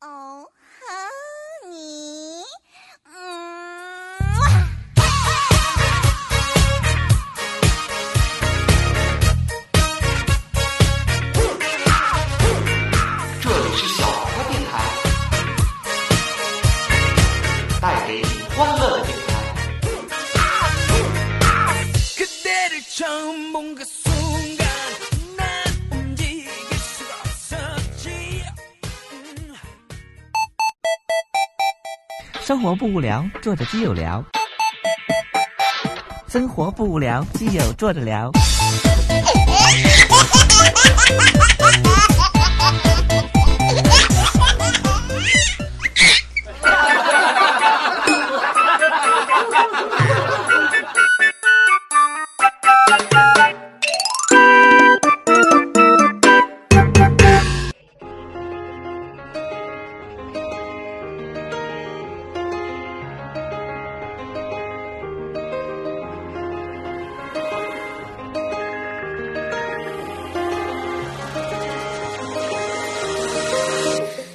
哦，和你，嗯。这里是小花电台，带给你欢乐的电台。 그대를 처음 본 그 순간 난 움직일 수가 없었지 음.生活不无聊，坐着基友聊。生活不无聊，基友坐着聊。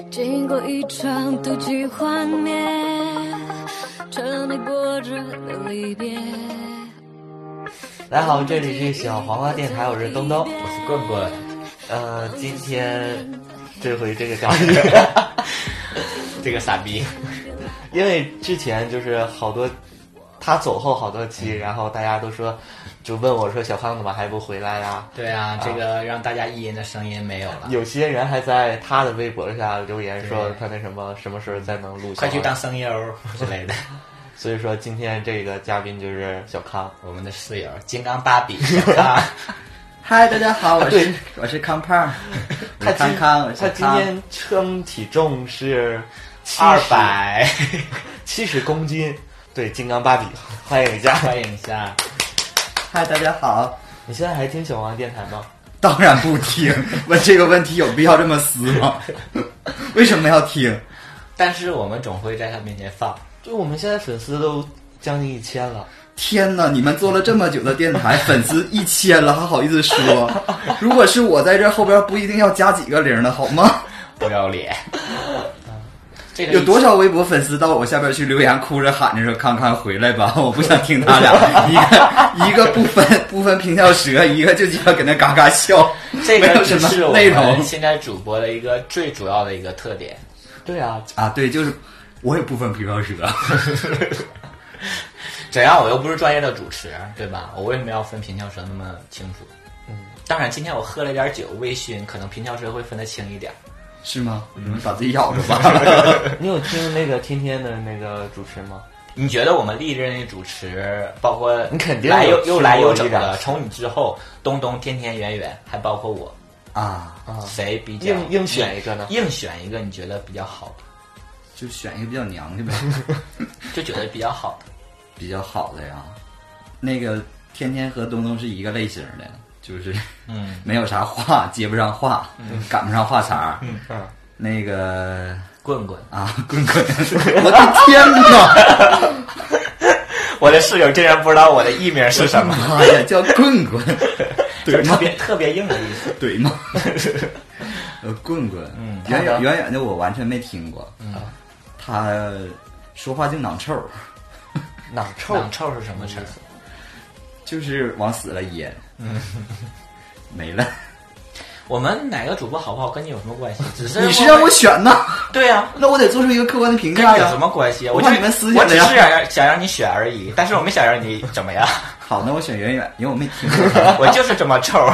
经过一场赌气幻灭，沉溺波折的离别。大家好，这里是小黄瓜电台，我是东东。我是棍棍，呃，今天这回这个感觉，这个傻逼， 因为之前就是好多他走后好多期，然后大家都说，就问我说小胖怎么还不回来呀、对啊，这个让大家意淫的声音没有了，有些人还在他的微博下留言说对他那什么什么时候再能录小快去黄当声优之类的。所以说今天这个嘉宾就是小康。我们的室友金刚芭比，小 康嗨，大家好，我对是我是康胖，我他是今康康，我是他今康天称体重是二百，七十公斤，对，金刚芭比，欢迎一下。欢迎一下。嗨，大家好。 你现在还听小王电台吗？当然不 听，问这个问题有必要这么撕吗？ 为什么要听？但是我们总会在他面前放，就我们现在粉丝都将近一千了，天哪！你们做了这么久的电台，粉丝一千了，还好意 思说？如果是我在这后边，不一定要加几个零的好吗？不要脸。这个有多少微博粉丝到我下边去留言，哭着喊着说：“康康回 来吧，我不想听他俩。一个”一个不分不分平翘舌，一个就鸡巴搁那嘎嘎笑，这没个有只什是么我内容们。现在主播的一个最主要的一个特点。对啊，啊，对，就是我也不分皮包舌，怎样？我又不是专业的主持，对吧？我为什么要分平翘舌那么清楚？嗯，当然，今天我喝了点酒，微醺，可能平翘舌会分得清一点。 是吗？你们把自己咬着 吧。你有听那个天天的那个主持吗？你觉得我们历任的主持，包括你肯定来有又又来又整听过一的，两从你之后，东东、天天、圆圆，还包括我，啊，谁比较硬硬选一个呢？硬选一个你觉得比较好就选一个比较娘的呗，的，就觉得比较好 的。比较好的呀。那个天天和东东是一个类型的， 就是嗯，没有啥话，接不上话，赶不上话茬儿。嗯，那个棍棍，啊，棍棍， 我的天哪！我的室友竟然不知道我的艺名是什么，妈呀，叫棍棍，就是对特吗？别特别硬的意 思。对吗？呃，棍棍，嗯他远的远远远的我完全没听过，嗯，他说话就囊臭儿，囊臭，囊臭是什么词儿？就是往死了噎，嗯，没了。我们哪个主播好不好跟你有什么关系？只是你是让我选呐， 对呀、那我得做出一个客观的评跟价你有什呀。么关系啊？我就怕你们撕我下来只呀是想让想让你选而已，但是我没想让你怎么样。好，那我选圆圆，因为我没听过。我就是这么臭儿。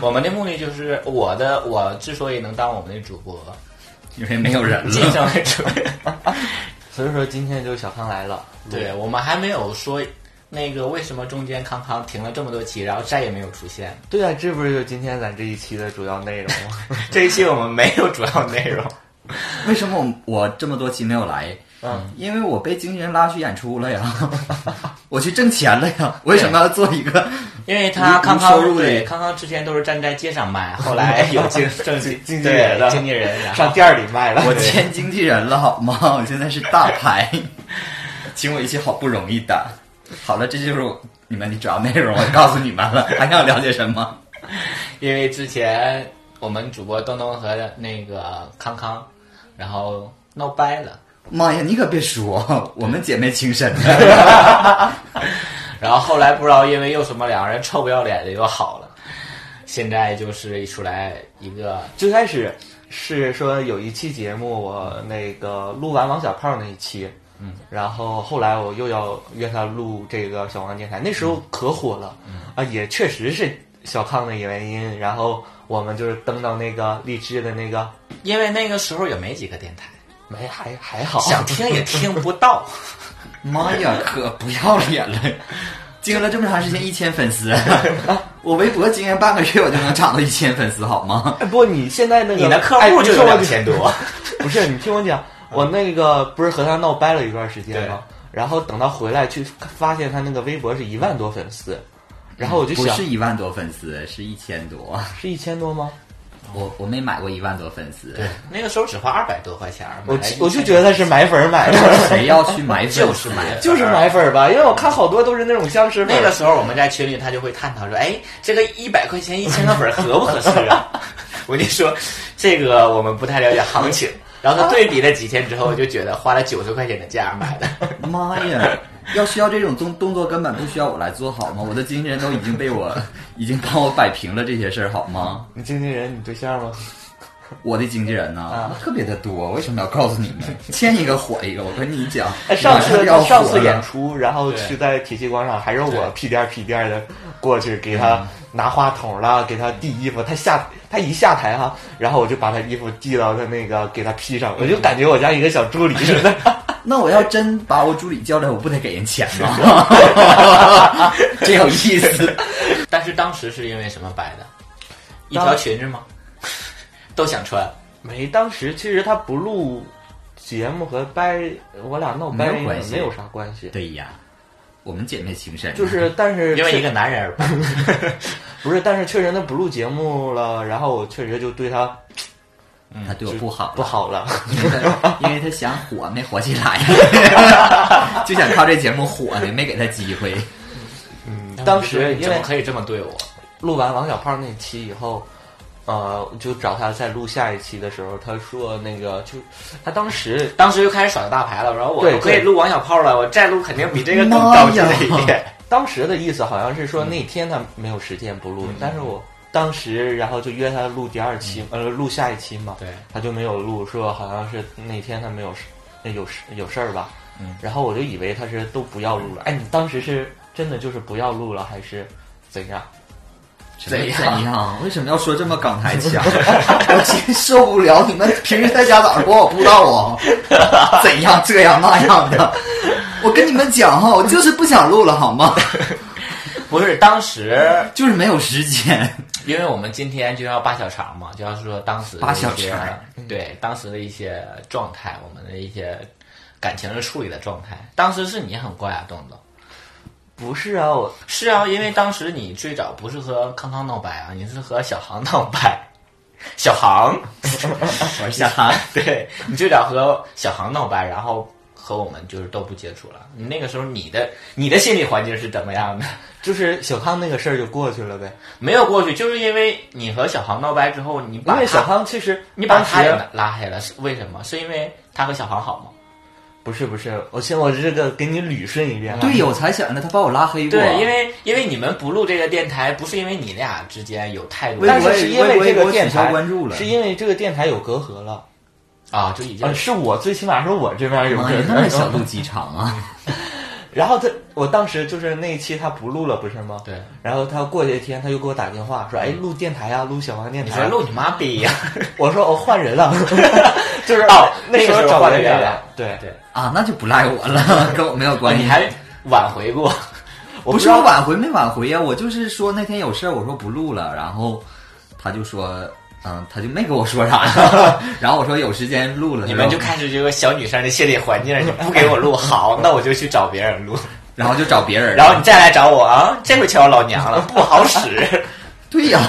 我们的目的就是，我的我之所以能当我们的主播， 因为没有人晋了。升为主播。所以说今天就小康来了。啊对，我们还没有说那个为什么中间康康停了这么多期，然后再也没有出现。对啊，这不是就今天咱这一期的主要内容 吗？这一期我们没有主要内容， 为什么我我这么多期没有来？嗯，因为我被经纪人拉去演出了呀， 我去挣钱了呀。为什么要做一个？因为他无康无收康入的对康康之前都是站在街上卖，后来有经正经经纪人对了经纪人，然后上店儿里卖了。我签经纪人了好吗？我现在是大牌，请我一起好不容易的。好了，这就是我你们的主要内容，我告诉你们了，还想了解什么？因为之前我们主播东东和那个康康然后闹掰了，妈呀，你可别说，我们姐妹情深的。然后后来不知道因为又什么两个人臭不要脸的又好了，现在就是一出来一个最开始是说有一期节目，我那个录完王小胖那一期，嗯，然后后来我又要约他录这个小王电台，那时嗯候可火了，啊，也确实是小胖的原因，然后我们就是登到那个励志的那个，因为那个时候也没几个电台，没还还好，想听也听不到。 妈呀，可不要脸了！经了这么长 时间，一千粉丝，我微博经营半个月，我就能涨到一千粉丝，好吗？哎，不，你现在那个你的客哎户就有你听我两千 多，嗯不是，你听我讲，我那个不是和他闹掰了一段时间吗？然后等他回来去发现他那个微博是一万多粉丝，然后我就不想是一万多粉丝，是一千多。是一千多吗？我我没买过一万多粉丝，那个时候只花二百多块钱儿，我买来一我就千觉得他是买粉儿 买的，谁要去买粉丝？就是买粉就是买粉儿吧，因为我看好多都是那种僵尸粉那儿。个时候我们在群里，他就会探讨说：“哎，这个一百块钱一千个粉儿合不合适啊？” 我就说：“这个我们不太了解行情。”然后他对比了几天之后，就觉得花了九十块钱的价买的。 妈呀！要需要这种动动作，根本不需要我来做好吗？我的经纪人都已经被我已经帮我摆平了这些事儿，好吗？你经纪人，你对象吗？我的经纪人呢、特别的多，为什么要告诉你们？签一个火一个，我跟你讲，哎，上马次上要上火次了演出，然后对去在铁西广场，还是我屁颠儿屁颠儿的过去给他拿话筒了，给他递衣服。他下他一下台哈，然后我就把他衣服递到他那个给他披上，我就感觉我像一个小助理似的。 那我要真把我助理叫来，我不得给人钱 吗？真有意思。但是当时是因为什么摆的？一条裙子吗？ 都想穿，没，当时其实他不录节目和掰我俩闹掰没有关系没有啥关系，嗯对呀，我们姐妹情深，啊就是但是因为确一个男人而摆。不是，但是确实他不录节目了，然后我确实就对他他对我不好，不，好了。 因为他想火没火起 来，就想靠这节目火的，没给他机会。 当时因嗯怎么为可以这么对我？录完王小胖那期以后，呃，就找他再录下一期的时候，他说那个就他当时当时就开始耍大牌了，然后我对我可以对录王小炮了，我再录肯定比这个更妈高级呀了一 点。当时的意思好像是说那天他没有时间不嗯录，但是我当时然后就约他录第二期，呃，录下一期嘛，嗯对他就没有录，说好像是那天他没有事，那有事有事儿吧，嗯然后我就以为他是都不要录了，哎，你当时是真的就是不要录了还是怎样？怎怎样？为什么要说这么港台腔？ 我真受不了！你们平时在家咋说？我不知道啊。怎样这样那样的？我跟你们讲哈，我就是不想录了，好吗？不是当时就是没有时间。因为我们今天就要扒小肠嘛，就要说当时的扒小一些肠对当时的一些状态，我们的一些感情的处理的状态。当时是你很怪啊，东东。不是啊，我是啊，因为当时你最早不是和康康闹掰啊，你是和小航闹掰。 小航， 我是小韩， 对你最早和小航闹掰，然后和我们就是都不接触了。你那个时候你的你的心理环境是怎么样的？就是小康那个事儿就过去了呗，没有过去，就是因为你和小航闹掰之后，你把因为小他康其实你把他当时也拉黑了，是为什么？是因为他和小航好吗？不是不是，我先我这个给你捋顺一遍啊。对呀，我才想着他把我拉黑过。对，因为因为你们不录这个电台，不是因为你俩之间有太多微但博是是也因为这微个博电取台消关注了是因为这个电台有隔阂了。啊，就已经呃，是我最起码是我这哎边有隔妈呀，那 么小阂。肚鸡肠啊！然后他，我当时就是那一期他不录了，不是吗？对。嗯然后他过些天他又给我打电话说：“哎，录电台啊，录小王电你台啊。”说录你妈逼呀、 我说我哦换人了，就是哦那时那个时候找换人人了了。对，对，啊，那就不赖我 了，跟我没有关系。哎你还挽回 过，我不知是我道挽回没挽回呀、我就是说那天有事儿，我说不录了，然后他就说，嗯，他就没跟我说啥， 然后我说有时间录了，你们就然后，开始这个小女生的心理环境，你不给我 录，好，那我就去找别人 录，然后就找别人了，然后你再来找我啊，这回瞧老娘了，不好使。对呀、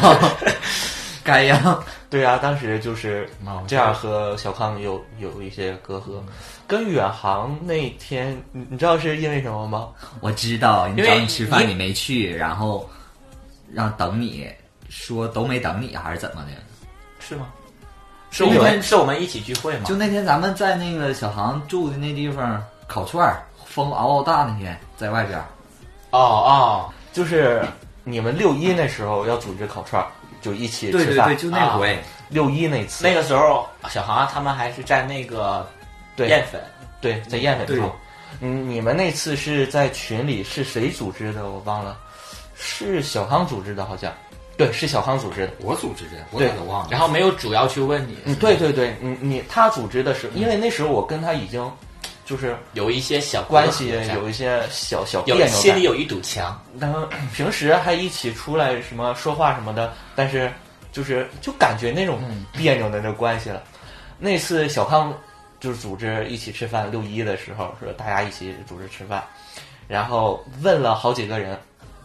该呀、对啊，当时就是妈我这样和小康有有一些隔嗯阂。跟远航那天，你你知道是因为什么吗？我知道，你因找为你吃饭你你没去，然后让等你说都没等你还是怎么的？ 是吗？是我因为们是我们一起聚会嘛？就那天咱们在那个小航住的那地方烤串儿，风嗷嗷大那天在外边儿，哦哦，就是你们六一那时候要组织烤串儿，就一起对吃对饭。对，就啊那回，六一那次，那个时候小航啊他们还是在那个对淀粉，对，在燕尾对处。嗯，你们那次是在群里是谁组织的？我忘了，是小康组织的，好像。对，是小康组织的。我组织的，我对咋都忘了。然后没有主要去问你，嗯，对对对，你你他组织的时候，因为那时候我跟他已经就是有一些小关系嗯隔阂在有一些小小别有扭在，心里有一堵墙，然后 平时还一起出来什么说话什么的，但是就是就感觉那种别扭的那关系了。那次小康就是组织一起吃饭，六一的时候说大家一起组织吃饭，然后问了好几个人，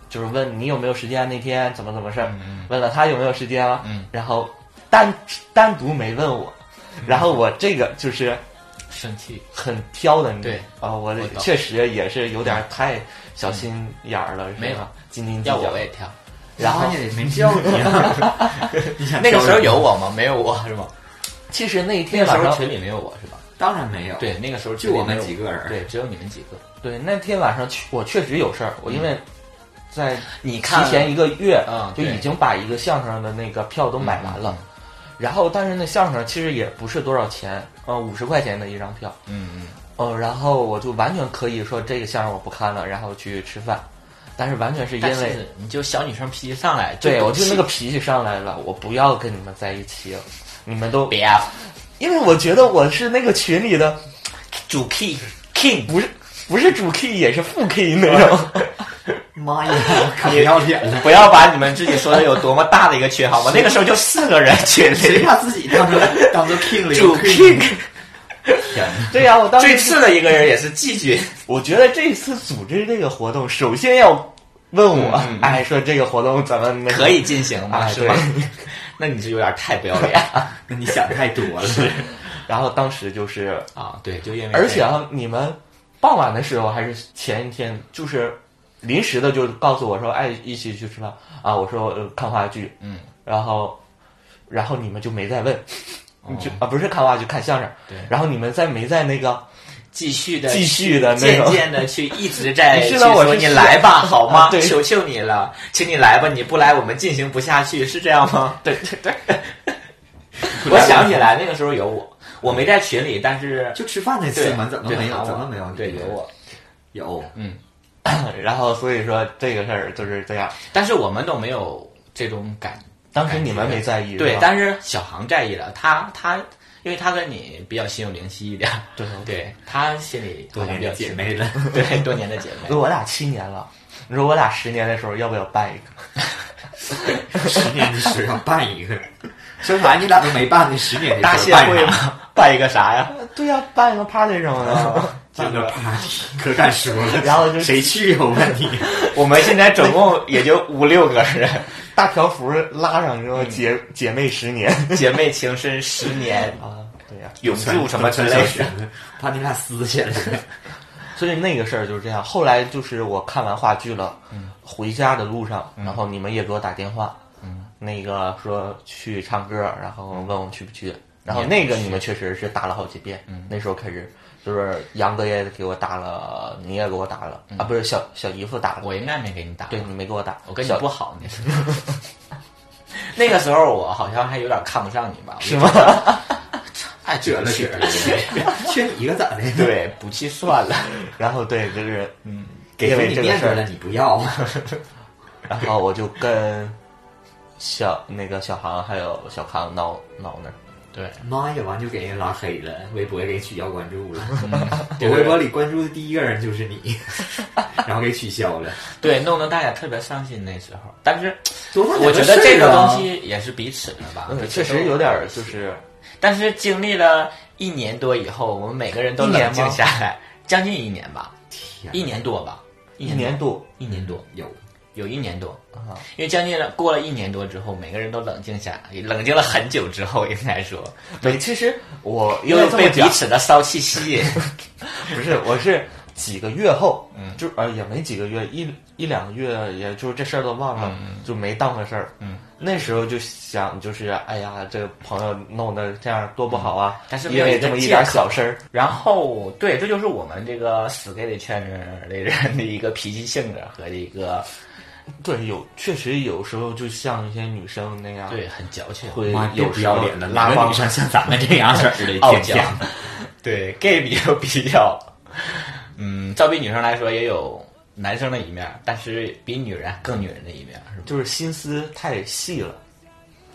就是问你有没有时间那天怎么怎么事儿，问了他有没有时间了，然后单单独没问我，然后我这个就是生气。很挑的，你对啊、我我懂确实也是有点太小心眼儿了，是吧没有斤斤计要较。我我也 跳，然后也没叫你啊，你想那个时候叫有我吗？没有我是吗？其实那一那天个时晚候上，群里没有我是吧？人，当然没有，，对，那个时候就我们群几里没有个人，对，只有你们几个。对那天晚上去我确实有事儿，我因为在嗯你提看前一个月嗯就对嗯已经把一个相声的那个票都买完了，然后但是那相声其实也不是多少钱，呃，五十块钱的一张票，嗯嗯，呃，然后我就完全可以说这个相声我不看了，然后去吃饭，但是完全是因但为是你就小女生脾气上来，对，赌我就那气个脾气上来了，我不要跟你们在一起了，你们都，别啊因为我觉得我是那个群里的，主 key king，不是不是主 key 也是副 key 那种。妈呀，可不要脸 了，不要把你们自己说的有多么大的一个群 好吗？那个时候就四个人群谁里，把自己当成当做 king 了？ 主 king， 对呀、我当最时次的一个人也是季军，我觉得这次组织这个活动，首先要问我，哎，说这个活动咱们那个嗯可以进行吗？啊，是对吗？。 那你是有点太不要脸 那你想太多了，然后当时就是，啊！对，就因为而且啊，你们傍晚的时候还是前一天，就是临时的就告诉我说，哎，一起去吃饭啊。我说、呃、看话剧，嗯，然后然后你们就没再问，你 就啊不是看话剧看相声，对然后你们再没在那个。呃继续的继续地那渐种渐的去一直在你去知道我说是你来吧，好吗啊？对求求你了，请你来吧，你不来我们进行不下去，是这样吗？对对对， 我想起来那个时候有我，我没在群里，但是就吃饭那次对嘛，怎么对没有？喊怎我么没有？对有我，嗯 有，然后所以说这个事儿就是这样。但是我们都没有这种感，当时你们没在意，对是，吧但是小航在意了，他他。因为他跟你比较心有灵犀一点，对对他心里多好像年比较的姐清妹了， 对多年的姐 妹所以，我俩七年了。你说我俩十年的时候要不要办一个？十年的时候办一个，说啥你俩都没办呢？十年的大时谢候办会啥吗？办一个啥呀？ 对呀、办一个 party 什么 的。这 个 party 可敢说了，然后就谁去？我问 你，我们现在总共也就五六个人， 嗯大条幅拉上之后，姐姐妹十年 姐妹情深十年，啊，对呀、永驻什么之类的。的，怕你俩撕起来 了。所以那个事儿就是这样。后来就是我看完话剧了，嗯回家的路上，然后你们也给我打电话，嗯那个说去唱歌，然后问我去不去。然后那个你们确实是打了好几遍，嗯那时候开始就是杨哥也给我打了，你也给我打了、啊，不是小小姨夫打了，嗯我应该没给你打，对你没给我打，我跟你小不好那时候。 那个时候我好像还有点看不上你吧？是吗？爱撅了撅了，缺你一个咋的？ 对，不去算了。然后对，就是嗯，给因出为你这个面事子儿了，，你不要，然后我就跟小那个小航还有小康闹闹那儿，对，妈呀，完就给人拉黑了，微博也给取消关注 了。对我微博里关注的第一个人就是 你，然后给取消了。对，弄得大家特别伤心那时候。但是多大点我觉得事儿这个啊东西也是彼此的吧，嗯就确都实有点儿就是但是经历了一年多以后，我们每个人都一年冷吗静下来，将近一年吧，天哪一年多吧，一一年多，多一年多，有有一年多。啊，因为将近了过了一年多之后，每个人都冷静下来，冷静了很久之后，应该说对，其实我因又为这被么彼讲，此的骚气吸引。 不是，我是几个月后，嗯，就啊也没几个月，一一两个月，也就是这事儿都忘了，就没当回事儿。嗯，那时候就想，就是哎呀，这个朋友弄得这样多不好啊！但是没因有为一个这么一借点口小事儿，然后，对，这就是我们这个死 gay 的圈子里人的一个脾气性格和一个对，有确实有时候就像一些女生那样，对很矫情、会妈别有不时要候脸的，哪个女生像咱们这样式儿的？傲天娇天。对 gay 比较比较，嗯，照比女生来说也有男生的一面，但是比女人更女人的一面，是吧？就是心思太细了。嗯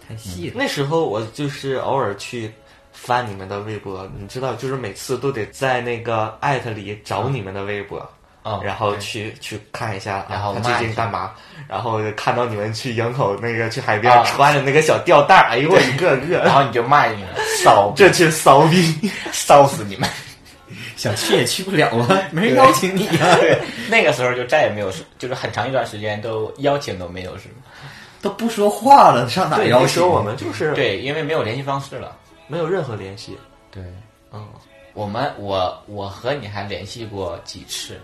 太细了，那时候我就是偶尔去翻你们的微博，你知道，就是每次都得在那个艾特里找你们的微博，嗯然后去去看一下，然后啊骂他一最近下干嘛，然后看到你们去营口那个去海边、啊穿着那个小吊带儿，哎呦我一个然个，后你就骂 你了，骚这群骚逼， 骚死你们！小区也去不了啊，没人邀请你啊，对，那个时候就再也没有，就是很长一段时间都邀请都没有，是吗？都不说话了，上哪对，邀那请时候？我们就是对，因为没有联系方式了。没有任何联系，对，嗯，我们我我和你还联系过几次，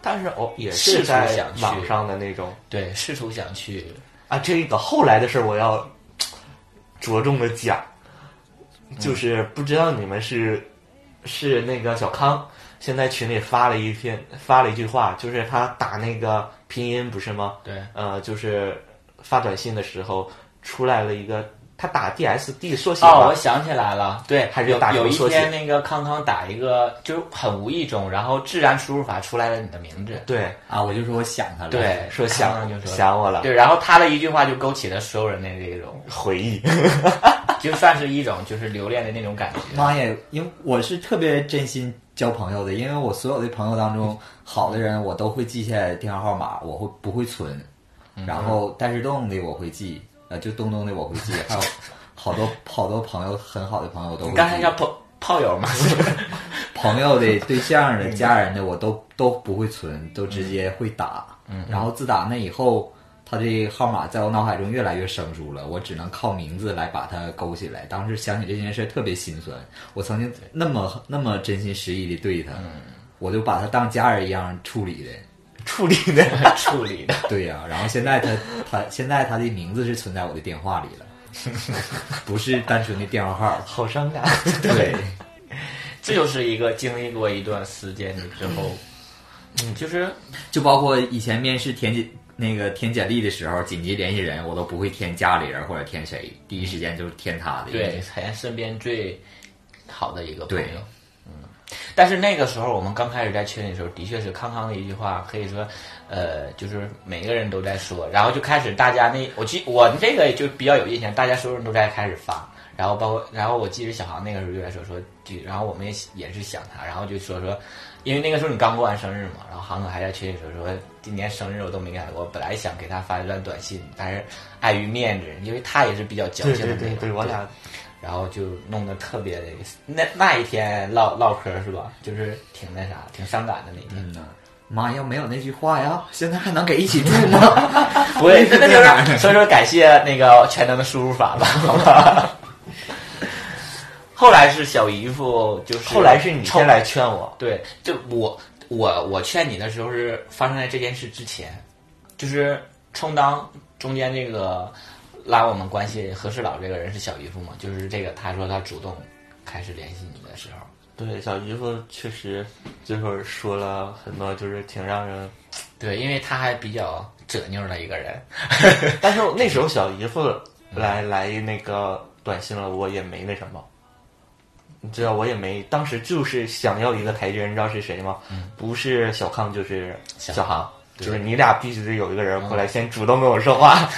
但是哦也试是图在想去网上的那种对，试图想去，啊，这个后来的事儿我要着重的讲，嗯就是不知道你们是是那个小康现在群里发了一篇发了一句话，就是他打那个拼音不是吗？对呃，就是发短信的时候出来了一个，他打 DSD 缩写哦，吧我想起来了，对，还是有打什么有一缩写天那个康康打一个，就是很无意中，然后自然输入法出来了你的名 字，对，啊，我就说我想他了，对，说康想康就说想我了，对，然后他的一句话就勾起了所有人的这种，回忆， 就算是一种就是留恋的那种感觉。妈呀！因为我是特别真心交朋友的，因为我所有的朋友当中，好的人我都会记下来电话号码，我会不会存？嗯然后但是动的我会记，呃，就东东的我会记，还有好多好多朋友很好的朋友都会你记。刚才叫炮炮友吗？ 朋友的、对象的、家人的，我 都都不会存，都直接会打。嗯，然后自打那以后，他这号码在我脑海中越来越生疏了，我只能靠名字来把它勾起来。当时想起这件事特别心酸，我曾经那么那么真心实意的对他，我就把他当家人一样处理的。处理的。处理的，对呀、然后现在他 他现在他的名字是存在我的电话里了， 不是单纯的电话号。好伤 感，对，这就是一个经历过一段时间的之后，嗯，就是就包括以前面试填简那个填简历的时候，紧急联系人，我都不会填家里人或者填谁，第一时间就是填他的。对，，才身边最好的一个朋友对。嗯，但是那个时候我们刚开始在群里的时候，的确是康康的一句话，可以说，呃，就是每个人都在说，然后就开始大家那我记我这个就比较有印象，大家所有人都在开始发。然后包括，然后我记得小航那个时候就在说说，就然后我们也也是想他，然后就说说，因为那个时候你刚过完生日嘛，然后航哥还在群里说说今年生日我都没给他过，本来想给他发一段短信，但是碍于面子，因为他也是比较矫对情的对那种，对对，我俩然后就弄得特别的，那那一天唠唠嗑是吧？就是挺那啥，挺伤感的那一天。嗯呐，妈要没有那句话呀，现在还能给一起住吗？ 不对，那 那就是所以说感谢那个全能的输入法吧， 好吧。后来是小姨夫，就是后来是你抽先来劝我，对，就我我我劝你的时候是发生在这件事之前，就是充当中间这个拉我们关系和事佬这个人是小姨夫嘛，就是这个他说他主动开始联系你的时候，对，小姨夫确实最后说了很多，就是挺让人。对，因为他还比较折拗的一个人， 但是那时候小姨夫来来那个短信了，我也没那什么，你知道，我也没，当时就是想要一个台阶，你知道是谁吗？不是小康就是小嗯小航航，就是对你俩必须得有一个人过来先主动跟我说 话。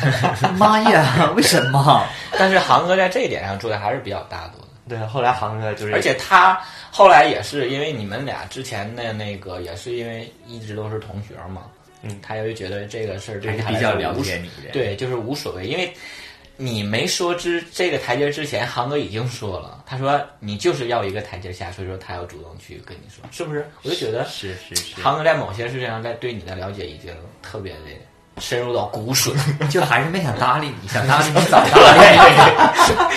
妈呀，为什么？但是航哥在这一点上做的还是比较大度的，对，后来航哥就是，而且他后来也是因为你们俩之前的那个，也是因为一直都是同学嘛，嗯他就觉得这个事儿对还是他比来较说了无解所你的对，就是无所谓，因为。你没说之这个台阶之前，航哥已经说了，他说你就是要一个台阶下，所以说他要主动去跟你说，是不是？我就觉得是是是，航哥在某些事情上，在对你的了解已经特别的深入到骨髓。就还是没想搭理你，想搭 理你早搭理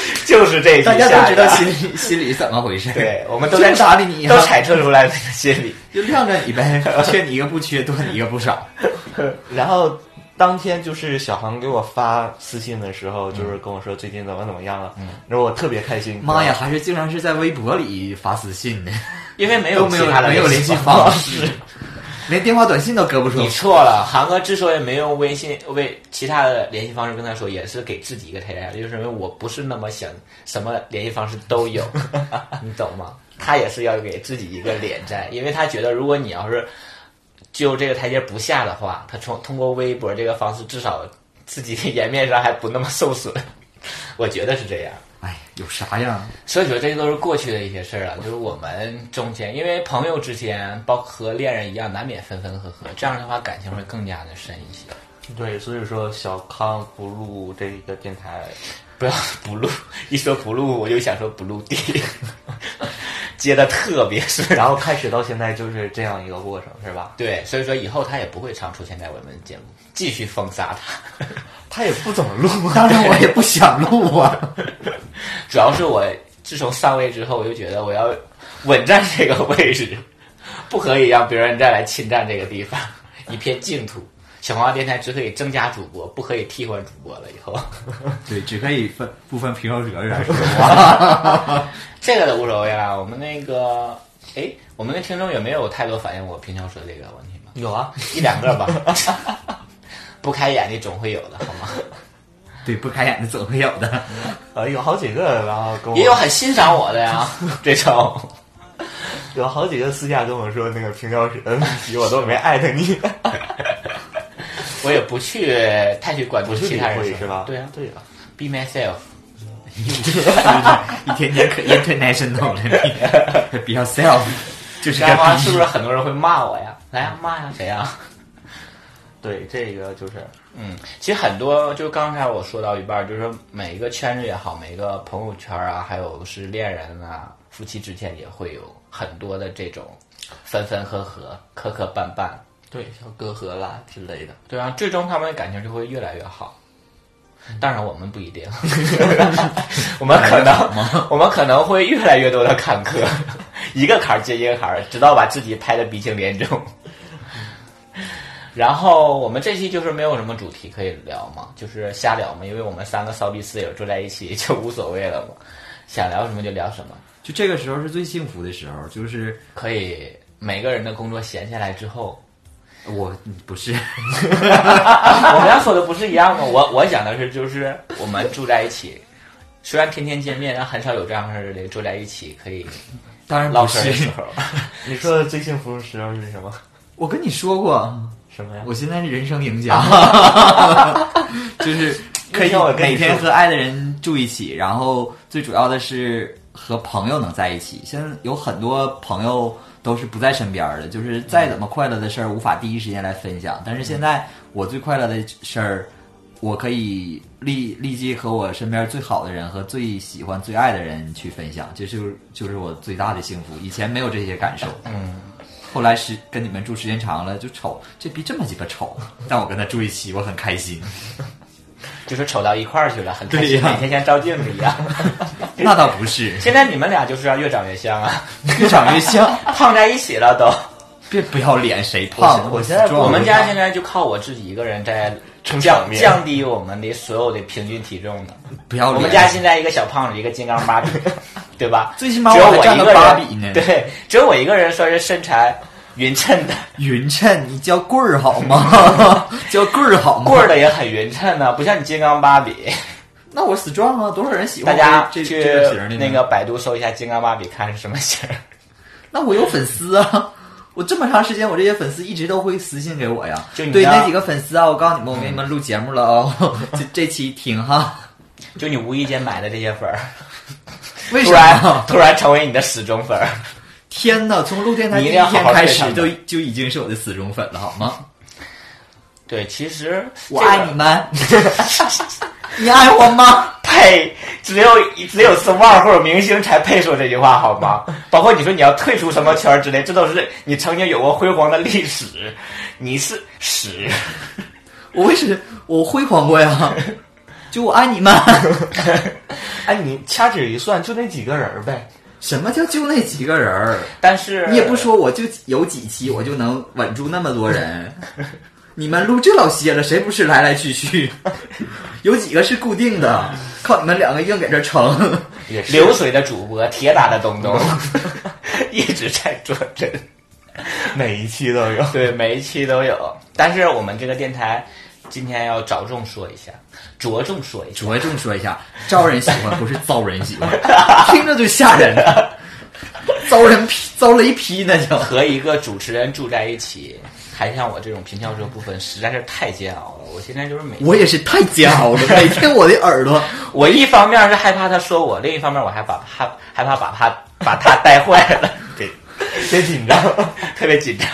就是这一你。集大家都知道下一心集里心里怎么回事，对，我们都在就搭理你呀都揣测出来那个心理。就晾着你呗，缺你一个不缺，多你一个不少。然后当天就是小航给我发私信的时候，就是跟我说最近怎么怎么样了，嗯然后我特别开心。妈呀，，还是经常是在微博里发私信的， 因为没都有没其有他的没有联系方方。式，连电话短信都搁不住你。错了，韩哥之所以没用微信为其他的联系方式跟他说，也是给自己一个台阶下，就是因为我不是那么想什么联系方式都有， 你懂吗？他也是要给自己一个脸在，因为他觉得如果你要是就这个台阶不下的话，他从通过微博这个方式，至少自己的颜面上还不那么受损， 我觉得是这样。哎，有啥呀？所以说，这都是过去的一些事儿了。就是我们中间，因为朋友之间，包括和恋人一样，难免分分合合。这样的话，感情会更加的深一些。对，所以说小康不录这个电台，不要不录，一说不录，我就想说不录地， 接的特别顺。 然后开始到现在就是这样一个过程，是吧？对，所以说以后他也不会常出现在我们节目，继续封杀他。他也不怎么录啊。 当然我也不想录啊。主要是我自从上位之后，我就觉得我要稳占这个位置，不可以让别人再来侵占这个地方，一片净土。小黄电台只可以增加主播，不可以替换主播了。以 后 对，只可以分不分平头者来说话。这个都无所谓啦。我们那个，哎，我们的听众有没有太多反映我平常说这个问题吗？有啊，一两个 吧，不开眼的总会有的，好吗？对，不开眼的总会有的。 呃，有好几个，然后跟我也有很欣赏我的 呀，这种。有好几个私下跟我说那个平翘舌的问题，我都没艾特你。我也不去太去关注不去其他理人会是吧对啊，对啊。 ，Be myself。一天天可 international 了，你 be yourself，就是这个样的话，逼是不是很多人会骂我呀？来呀，骂呀，谁呀？对，这个就是嗯， 其实很多，就刚才我说到一半儿，就是说每一个圈子也好，每一个朋友圈啊，还有是恋人啊、夫妻之间也会有很多的这种分分合合、磕磕绊绊。对像隔阂啦之类的。对啊，最终他们的感情就会越来越好。当然，我们不一定， 我们可能我们可能会越来越多的坎坷，一个坎儿接一个坎儿，直到把自己拍得鼻青脸肿。 然后我们这期就是没有什么主题可以聊嘛，就是瞎聊嘛，因为我们三个骚逼室友坐在一起就无所谓了嘛，想聊什么就聊什么，就这个时候是最幸福的时候，就是可以每个人的工作闲下来之后，我不是，我们俩说的不是一样吗？我我讲的是，就是我们住在一起，虽然天天见面，但很少有这样式的住在一起可以当然唠不嗑的是时。候。你说的最幸福的时候是什么？我跟你说过，什么呀？我现在是人生赢家，就是可那以天我跟你每天说和爱的人住一起，然后最主要的是和朋友能在一起。现在有很多朋友都是不在身边儿的，就是嗯再怎么快乐的事儿无法第一时间来分享。但是现在我最快乐的事儿，我可以立立即和我身边最好的人和最喜欢最爱的人去分享，这就是就是我最大的幸福。以前没有这些感受，嗯 后来是跟你们住时间长了就丑，这逼这么鸡巴丑，但我跟他住一起，我很开心。就是丑到一块儿去了，很开对心，呀每天像照镜子一样。 那倒不是，现在你们俩就是要越长越像啊，越长越像， 胖在一起了都。别不要脸，谁胖？我现在壮我们家现在就靠我自己一个人在撑降场面降低我们的所有的平均体重的。不要我脸。们家现在一个小胖子，一个金刚芭比，对吧？ 最起码只有我还我占一个个芭人比呢对，只有我一个人算是身材匀称的，匀称，你叫棍儿好 吗？叫棍儿好吗？棍儿的也很匀称呢，不 像你金刚芭比。 那我 strong 啊，多少人喜大欢家哦我这去这这个型儿的呢那个？百度搜一下金刚芭比，看是什么型儿。 那我有粉丝啊。 我这么长时间，我这些粉丝一直都会私信给我呀。就你嗯对家那几个粉丝啊，我告诉你们，我给你们录节目了啊、这这期听哈。就你无意间买的这些粉儿，为 突什然么？突然成为你的死忠粉儿。 天呐，从录电台你第一一定要好天好开对他始们就就已经是我的死忠粉了，好吗？对，其实我这个爱你。们， 你爱我吗？配只有只有是腕儿或者明星才配说这句话好吗？ 包括你说你要退出什么圈儿之类， 这都是你曾经有过辉煌的历史，你是屎。我为什我辉煌过呀？ 就我爱你们。哎，你掐指一算，就那几个人儿呗。什么叫就那几个人儿？但是你也不说，我就有几期我就能稳住那么多 人。你们录这老些了，谁不是来来去 去？有几个是固定的？靠你们两个硬给这撑。也是流水的主播，铁打的东东， 一直在做针。每一期都有。对，每一期都有。但是我们这个电台今天要着重说一下，着重说一下，着重说一下，招人喜欢不是遭人喜 欢，听着就吓人啊了。 遭人劈，遭雷劈那就。和一个主持人住在一起，还像我这种平翘舌不分，实在是太煎熬了。我现在就是每我也是太煎熬了，每天我的耳朵我一方面是害怕他说我，另一方面我还把害害怕把他把他带坏 了，对，别紧张， 特别紧张。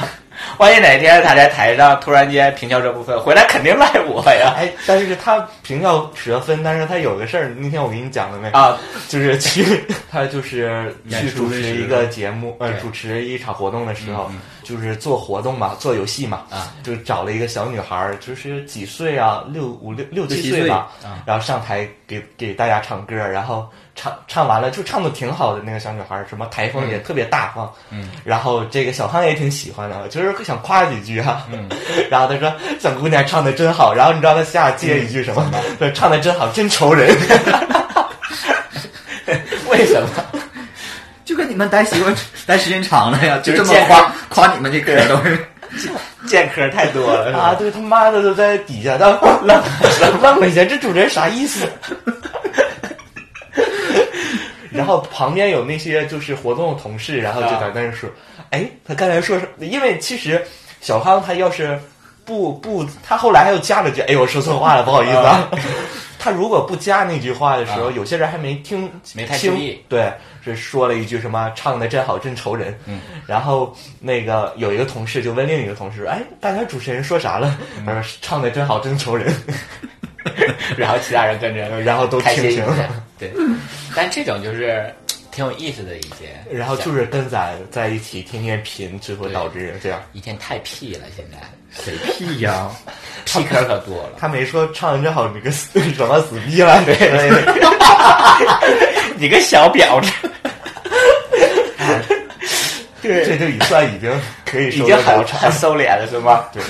万一哪天他在台上突然间平翘这部分回来，肯定赖我呀！哎，但是他平翘舌分，但是他有个事儿，那天我给你讲了没？啊，就是去 他就是去演出主的持时候一个节目，呃，对主持一场活动的时候，就是做活动嘛，做游戏嘛，啊，就找了一个小女孩儿，就是几岁啊，六五六六六七七岁岁吧，啊然后上台给给大家唱歌，然后唱唱完了就唱的挺好的那个小女孩儿，什么台风也特别大方，嗯，然后这个小胖也挺喜欢的，就是想夸几句啊，嗯， 然后他说小姑娘唱的真好，然后你知道他下接一句什么？说唱的真好，真愁人。 为什么？就跟你们待习惯、待时间长了呀， 就这就是么见夸夸你们这歌都是。 见客太多了是吧啊，对他妈的都在底下，但愣愣愣了一下，这主持人啥意 思？然后旁边有那些就是活动的同事，然后就在那儿说：“啊哎，他刚才说什么？因为其实小康他要是不不，他后来还又加了句：‘哎呦，我说错话了，不好意思啊。’嗯 他如果不加那句话的时候，啊有些人还没听，没太听注意对，是说了一句什么“唱的真好，真愁人”。嗯，然后那个有一个同事就问另一个同事：“哎，大家主持人说啥了？”嗯他说：“唱的真好，真愁人。 然后其他人跟着，然后都开心清一醒下。对，但这种就是挺有意思的一件”， 然后啊就是跟咱在一起天天贫，最后导致这样。一天太屁了，现在 谁屁呀？屁坑可多 了。他没说唱的真好，你个死什么死逼了？对，你个小婊 子， 这就已算已经可以哎已说经得很了唱很收敛了是吗？对，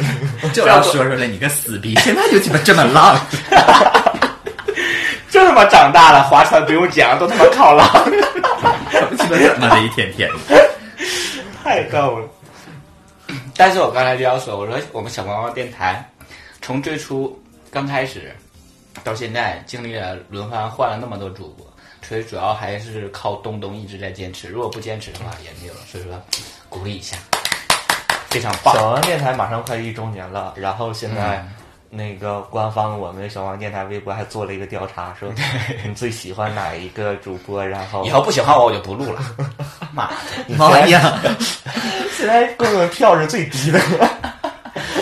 就要说出来，你个死逼，现在就鸡巴这么 浪，就他妈长大了，划船不用讲，都他妈靠浪，鸡巴怎么的一天天的。 太逗了。但是我刚才就要说，我说我们小黄瓜电台从最初刚开始到现在，经历了轮番换了那么多主播，所以主要还是靠东东一直在坚持。如果不坚持的话，也没有了。所以说，鼓励一下，非常棒。小王电台马上快一周年了，然后现在那个官方我们小王电台微博还做了一个调查，说 你最喜欢哪一个主播？然后 以后不喜欢我，我就不录了。妈的，妈呀，现在公众票是最低的，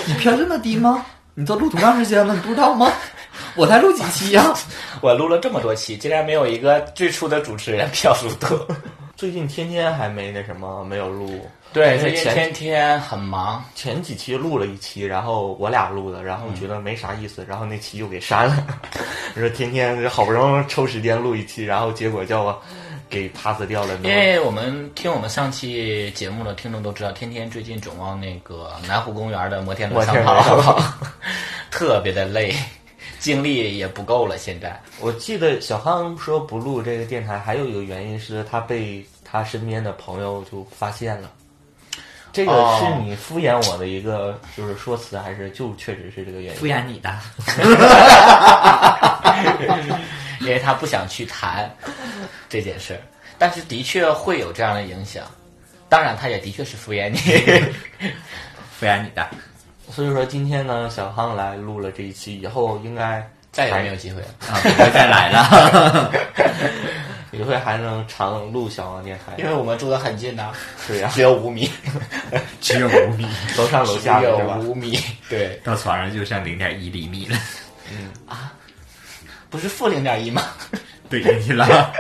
你票这么低吗？你都录多长时间了？你不知道吗？ 我才录几期呀、我录了这么多期，竟然没有一个最初的主持人票数多。最近天天还没那什么没有录， 对，因为最近前天天很忙，前几期录了一期，然后我俩录的，然后觉得没啥意思，然后那期又给删了。 你说天天好不容易抽时间录一期，然后结果叫我给 pass 掉了，因为我们听我们上期节目的听众都知道，天天最近总往那个南湖公园的摩天轮上摩天轮上跑， 特别的累，精力也不够了。现在我记得小康说不录这个电台，还有一个原因是他被他身边的朋友就发现了。这个哦是你敷衍我的一个就是说辞，还是就确实是这个原因？衍你的，因为他不想去谈这件事儿，但是的确会有这样的影响。当然，他也的确是敷衍 你。敷衍你的。啊所以说今天呢，小康来录了这一期，以后应该再也没有机会了。啊，不会再来 了。以后还能常录小王电台因，为我们住的很近呐、对呀、只有五米，只有五米，楼上啊 楼只下的有是吧？五米，对，到床上就剩零点一厘米了，不是负零点一吗？怼进去了。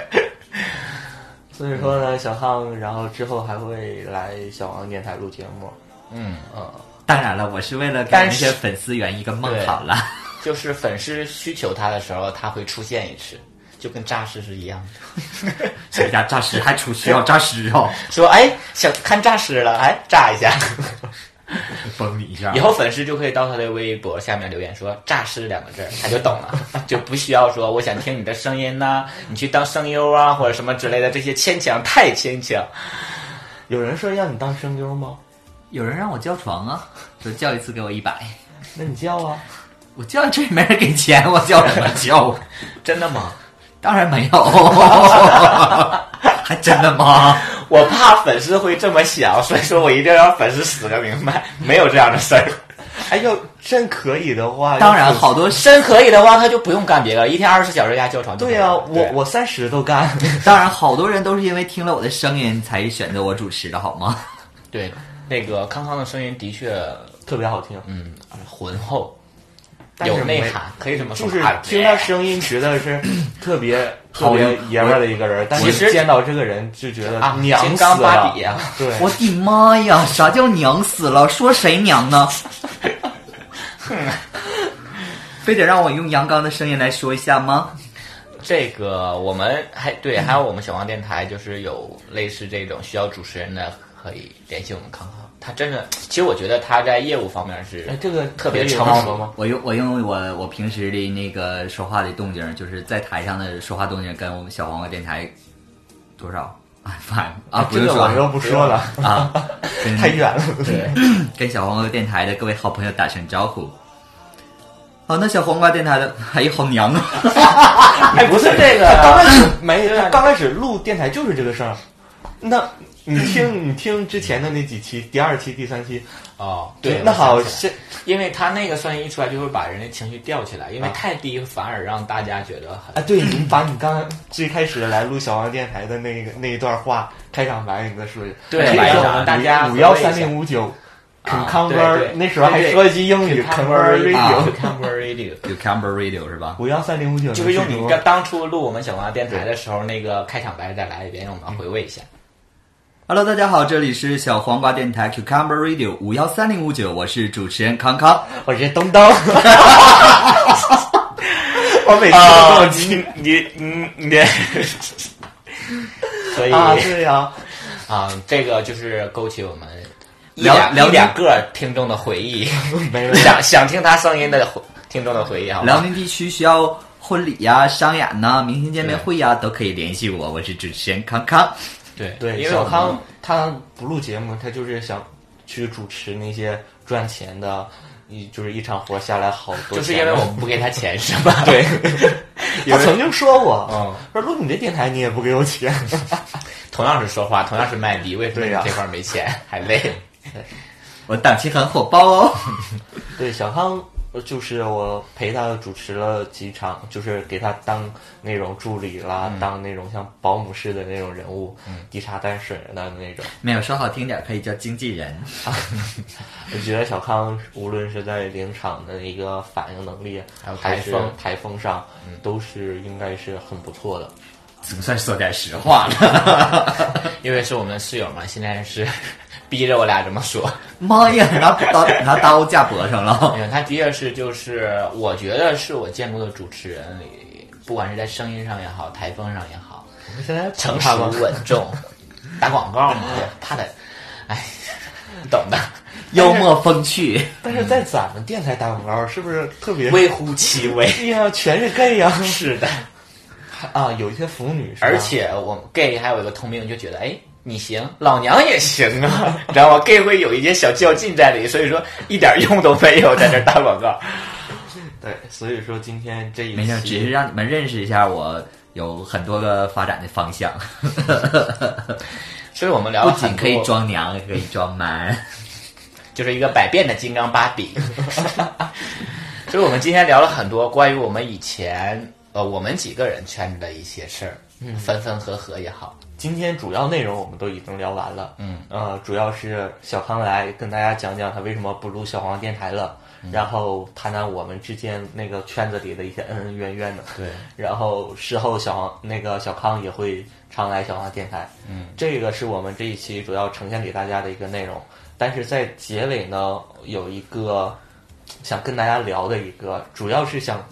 所以说呢，小康然后之后还会来小王电台录节目，嗯，嗯，当然了，我是为了给那但是些粉丝圆一个梦对好了。就是粉丝需求他的时候，他会出现一次，就跟诈尸是一样的。谁家诈尸还出需要诈尸哦？说哎，想看诈尸了，哎，诈一 下。崩你一下以后粉丝就可以到他的微博下面留言说“诈尸”两个字儿，他就懂了， 就不需要说我想听你的声音呐、你去当声优啊，或者什么之类的，这些牵强太牵强。有人说让你当声优吗？有人让我叫床啊，说叫一次给我一百，那你叫啊，我叫这也没人给钱，我叫什么 叫？真的吗？当然没 有，还真的吗？我怕粉丝会这么想，所以说我一定要让粉丝死个明白，没有这样的事儿。哎，要真可以的话，当然，要是好 多事， 真可以的话，他就不用干别的，一天二十小时压教床就可以对了。呀、我我三十都干。当然好多人都是因为听了我的声音才选择我主持的，好吗？ 对对那个康康的声音的确，特别好听，嗯，浑厚，但是有内没涵，可以这么说。就是啊听他声音觉得 是特别特好别人爷们儿的一个人，但其是实见到这个人就觉得啊，娘金死刚芭了比。啊，对，我的妈呀，啥叫娘死了？说谁娘 呢？非得让我用阳刚的声音来说一下吗？这个我们还对，还有我们小王电台就是有类似这种需要主持人的，可以联系我们康康。他真的，其实我觉得他在业务方面是哎，这个特别可以成吗熟吗？我用我用我我平时的那个说话的动静，就是在台上的说话动静，跟我们小黄瓜电台多少啊？反啊，不这用个说我了就不说了， 啊，嗯跟太远了。 跟小黄瓜电台的各位好朋友打声招呼。好、那小黄瓜电台的，哎呀，好娘啊！哎，不是这刚个，开 始没，刚开始录电台就是这个声儿。那你听，你听之前的那几期，第二期、第三期，哦，对，那好我想起来了是因为他那个声音一出来，就会把人的情绪吊起来，因为太低反而让大家觉得很啊，对，你把你刚最开始来录小王电台的那个那一段话开场白，你再说一下。对可以白说场大家五幺回味三一下零五九啊对 conver，对那时候还说一句英语 conver radio， Conver Radio。有 Camber Radio 是吧？啊 五幺三零五九就是用你刚当初录我们小王电台的时候那个开场白再来一遍，让我们回味一下。 Hello，大家好，这里是小黄瓜电台 Cucumber Radio 五幺三零五九，我是主持人康康。我是东 东，我每次都啊忘记你你你，所以啊，对呀，啊，这个就是勾起我们一聊两聊一两个听众的回忆， 没有想想听他声音的回听众的回忆啊。辽宁地区需要婚礼呀、商演呐、明星见面会呀、啊都可以联系我，我是主持人康康。对对，因为小我康看他不录节目，他就是想去主持那些赚钱的，一就是一场活下来好多钱的，就是因为我不给他钱是吧？对， 因他为曾经说过，嗯，说录你这电台你也不给我 钱，同样是说话，同样是卖力，为什么对你呀这块没钱还累？我档期很火爆哦。 对，小康呃就是我陪他主持了几场，就是给他当那种助理啦，当那种像保姆似的那种人物，递茶端水的那种。没有说好听点，可以叫经纪人。我觉得小康无论是在临场的一个反应能力，还有还台是嗯风台风上，都是应该是很不错的。总算说点实话了。 因为是我们室友嘛，现在是逼着我俩这么说。妈呀，拿刀拿刀架脖上 了没。有，他的确是就是，我觉得是我见过的主持人里，不管是在声音上也好，台风上也好，我们现在成他熟吧，稳重， 打广告嘛，怕他，哎， 懂的，幽默风趣，但是在咱们电台打广告是不是特别？微乎其微。哎呀，全是 gay 呀、 是的，啊，有一些腐女是吧，而且我们 gay 还有一个通病，就觉得哎。你行，老娘也行啊， 知道吗？gay 会有一些小较劲在里，所以说一点用都没有，在这儿打广告。对，所以说今天这一期没事，只是让你们认识一下我有很多个发展的 方向， 所以我们聊不了很仅多，可以装娘，也可以装 man。就是一个百变的金刚芭 比。所以我们今天聊了很多关于嗯我们以前呃我们几个人圈子的一些事儿，分分合合也好，今天主要内容我们都已经聊完了，嗯，呃，主要是小康来跟大家讲讲他为什么不录小黄电台了，嗯然后谈谈我们之间那个圈子里的一些恩恩怨怨的，对，然后事后小黄那个小康也会常来小黄电台，嗯，这个是我们这一期主要呈现给大家的一个内容，但是在结尾呢，有一个想跟大家聊的一个，主要是想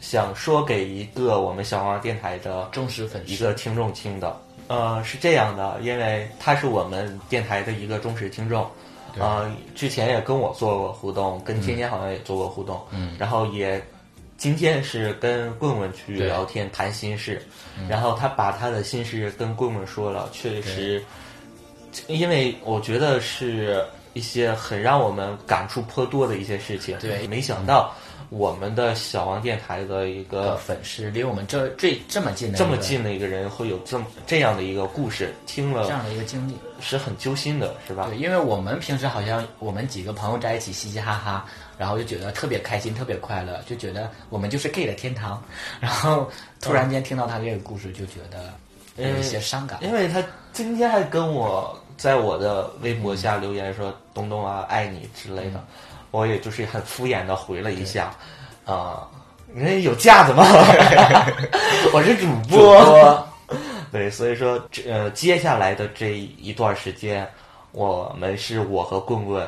想说给一个我们小黄电台的忠实粉丝一个听众听的。呃，是这样的，因为他是我们电台的一个忠实听众，呃，之前也跟我做过互动，跟天天好像也做过互动，嗯，然后也今天是跟棍棍去对聊天谈心事，然后他把他的心事跟棍棍说了，确实，因为我觉得是一些很让我们感触颇多的一些事情，对没想到我们的小王电台的一呃个粉丝，离我们这最这么近的一这个么近的一个人会有这么这样的一个故事，听这了样的一个经历，是很揪心的，是吧对，？因为我们平时好像我们几个朋友在一起嘻嘻哈哈，然后就觉得特别开心，特别快乐，就觉得我们就是 gay 的天堂。 然后突然间听到他这个故事，就觉得有一些伤感。因为他今天还跟我在我的微博下留言说“东东啊，爱你”之类嗯的，我也就是很敷衍的回了一下，啊、人家有架 子吗？我是主播，对，所以说这呃，接下来的这一段时间，我们是我和棍棍，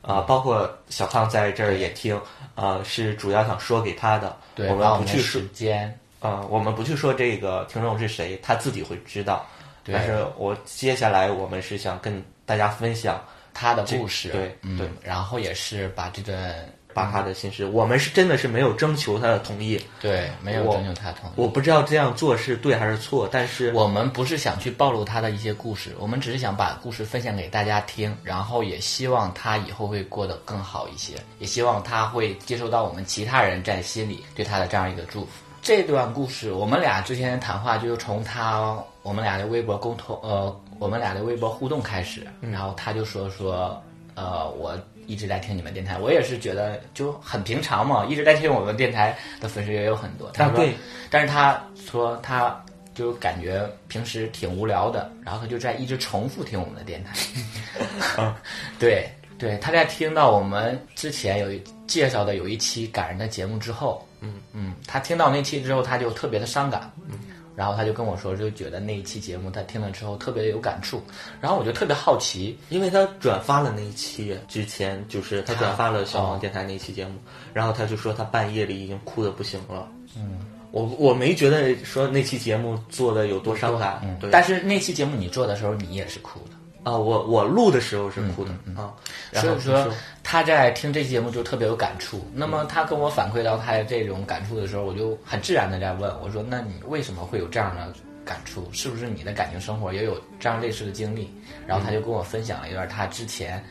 啊、嗯包括小康在这儿也听，啊，是主要想说给他的，对，我把们我不们去的说时，间，啊，我们不去说这个听众是谁，他自己会知道。对但是我接下来我们是想跟大家分享他的这故事，对嗯对，然后也是把这段巴哈的心事。我们是真的是没有征求他的同意，对没有我征求他同意。我不知道这样做是对还是错，但是我们不是想去暴露他的一些故事，我们只是想把故事分享给大家听，然后也希望他以后会过得更好一些，也希望他会接受到我们其他人在心里对他的这样一个祝福。这段故事，我们俩之前的谈话就是从他我们俩的微博沟通，呃，我们俩的微博互动开始，然后他就说说，呃，我一直在听你们电台，我也是觉得就很平常嘛，一直在听我们电台的粉丝也有很多。他啊说，对但是他说他就感觉平时挺无聊的，然后他就在一直重复听我们的电台。 啊 对对，他在听到我们之前有一介绍的有一期感人的节目之后，嗯嗯，他听到那期之后，他就特别的伤感，嗯，然后他就跟我说，就觉得那一期节目他听了之后特别有感触，然后我就特别好奇，因为他转发了那一期之前，就是他转发了小王电台那一期节目，然后他就说他半夜里已经哭的不行了。嗯，我我没觉得说那期节目做的有多伤感，对，嗯但是那期节目你做的时候，你也是哭的。啊，我我录的时候是哭的嗯啊，然所后以你说他在听这期节目就特别有感触。那么他跟我反馈到他的这种感触的时候，我就很自然的在问我说：“那你为什么会有这样的感触？是不是你的感情生活也有这样类似的经历？”然后他就跟我分享了一段他之前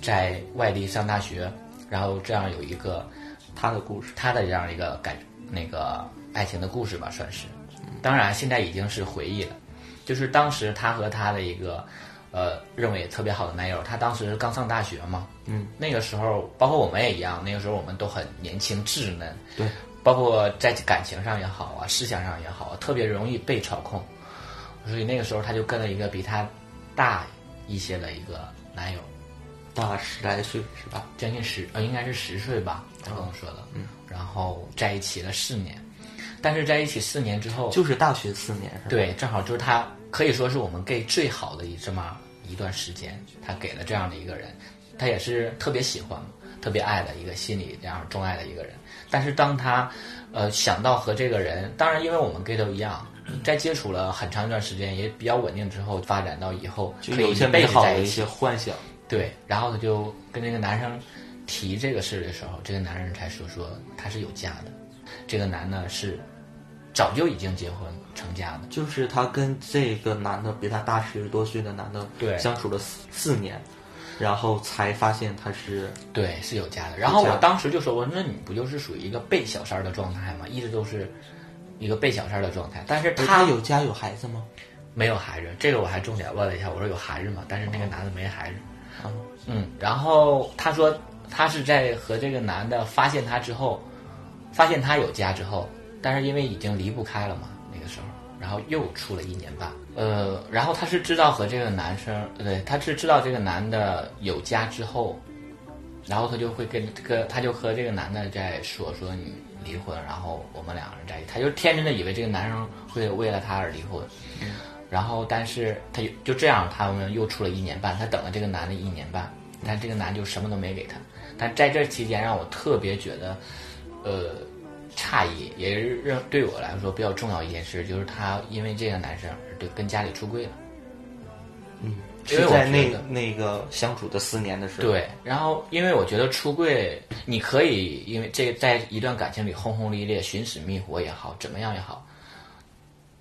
在外地上大学，然后这样有一个他的故事，他的这样一个感那个爱情的故事吧，算是。当然，现在已经是回忆了，就是当时他和他的一个呃认为特别好的男友，他当时刚上大学嘛，嗯，那个时候包括我们也一样，那个时候我们都很年轻稚嫩，对，包括在感情上也好啊，思想上也好啊，特别容易被操控，所以那个时候他就跟了一个比他大一些的一个男友，大十来岁是吧？将近十呃，应该是十岁吧，他跟我说的。嗯，然后在一起了四年，但是在一起四年之后，就是大学四年是吧？对，正好就是他可以说是我们 gay 最好的一这么一段时间，他给了这样的一个人，他也是特别喜欢、特别爱的一个心里这样钟爱的一个人。但是当他呃想到和这个人，当然因为我们 gay 都一样。在接触了很长一段时间，也比较稳定之后，发展到以后就可有以一些辈美子好在的一一起些幻想，对，然后他就跟这个男生提这个事的时候，这个男人才说说他是有家的，这个男的是早就已经结婚成家的。就是他跟这个男的比他大十多岁的男的对相处了四四年，然后才发现他是对，是有家的。然后有家我的当时就说过，那你不就是属于一个被小三儿的状态吗？一直都是一个被小三儿的状态。但是哎他他有家有孩子吗？没有孩子，这个我还重点问了一下，我说有孩子吗？但是那个男的没孩子。哦嗯，然后他说他是在和这个男的发现他之后，发现他有家之后，但是因为已经离不开了嘛，那个时候，然后又处了一年半。呃，然后她是知道和这个男生，呃对，她是知道这个男的有家之后，然后她就会跟跟她就和这个男的在说说你离婚，然后我们两个人在一起，她就天真的以为这个男生会为了她而离婚。然后，但是她就就这样，他们又处了一年半，她等了这个男的一年半，但这个男就什么都没给她。但在这期间，让我特别觉得，呃，诧异，也是让对我来说比较重要一件事，就是她因为这个男生而对跟家里出柜了。因为是我在觉那得那个相处的四年的时候，，对，然后因为我觉得出柜，你可以因为这个在一段感情里轰轰烈烈、寻死觅活也好，怎么样也好，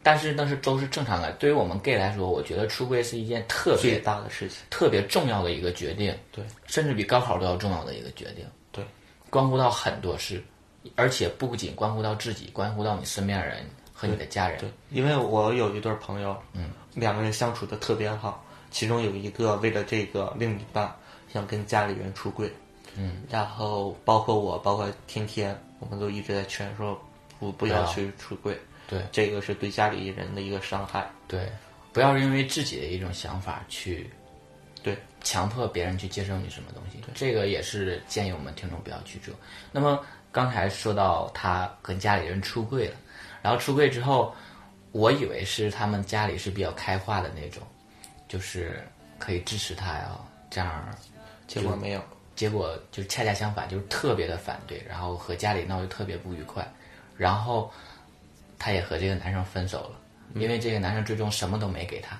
但是那是都是正常的。对于我们 gay 来说，我觉得出柜是一件特最别大的事情，特别重要的一个决定，对，甚至比高考都要重要的一个决定，对，关乎到很多事，而且不仅关乎到自己，关乎到你身边的人和你的家人对，，因为我有一对朋友，嗯，两个人相处的特别好，其中有一个为了这个另一半想跟家里人出柜，嗯，然后包括我，包括天天，我们都一直在劝说不不要不要去出柜，对这个是对家里人的一个伤害，对，不要因为自己的一种想法去对，强迫别人去接受你什么东西，这个也是建议我们听众不要去做。那么刚才说到他跟家里人出柜了，然后出柜之后，我以为是他们家里是比较开化的那种，就是可以支持他呀，这样。结果没有，结果就恰恰相反，就是特别的反对，然后和家里闹得特别不愉快，然后她也和这个男生分手了，因为这个男生最终什么都没给她。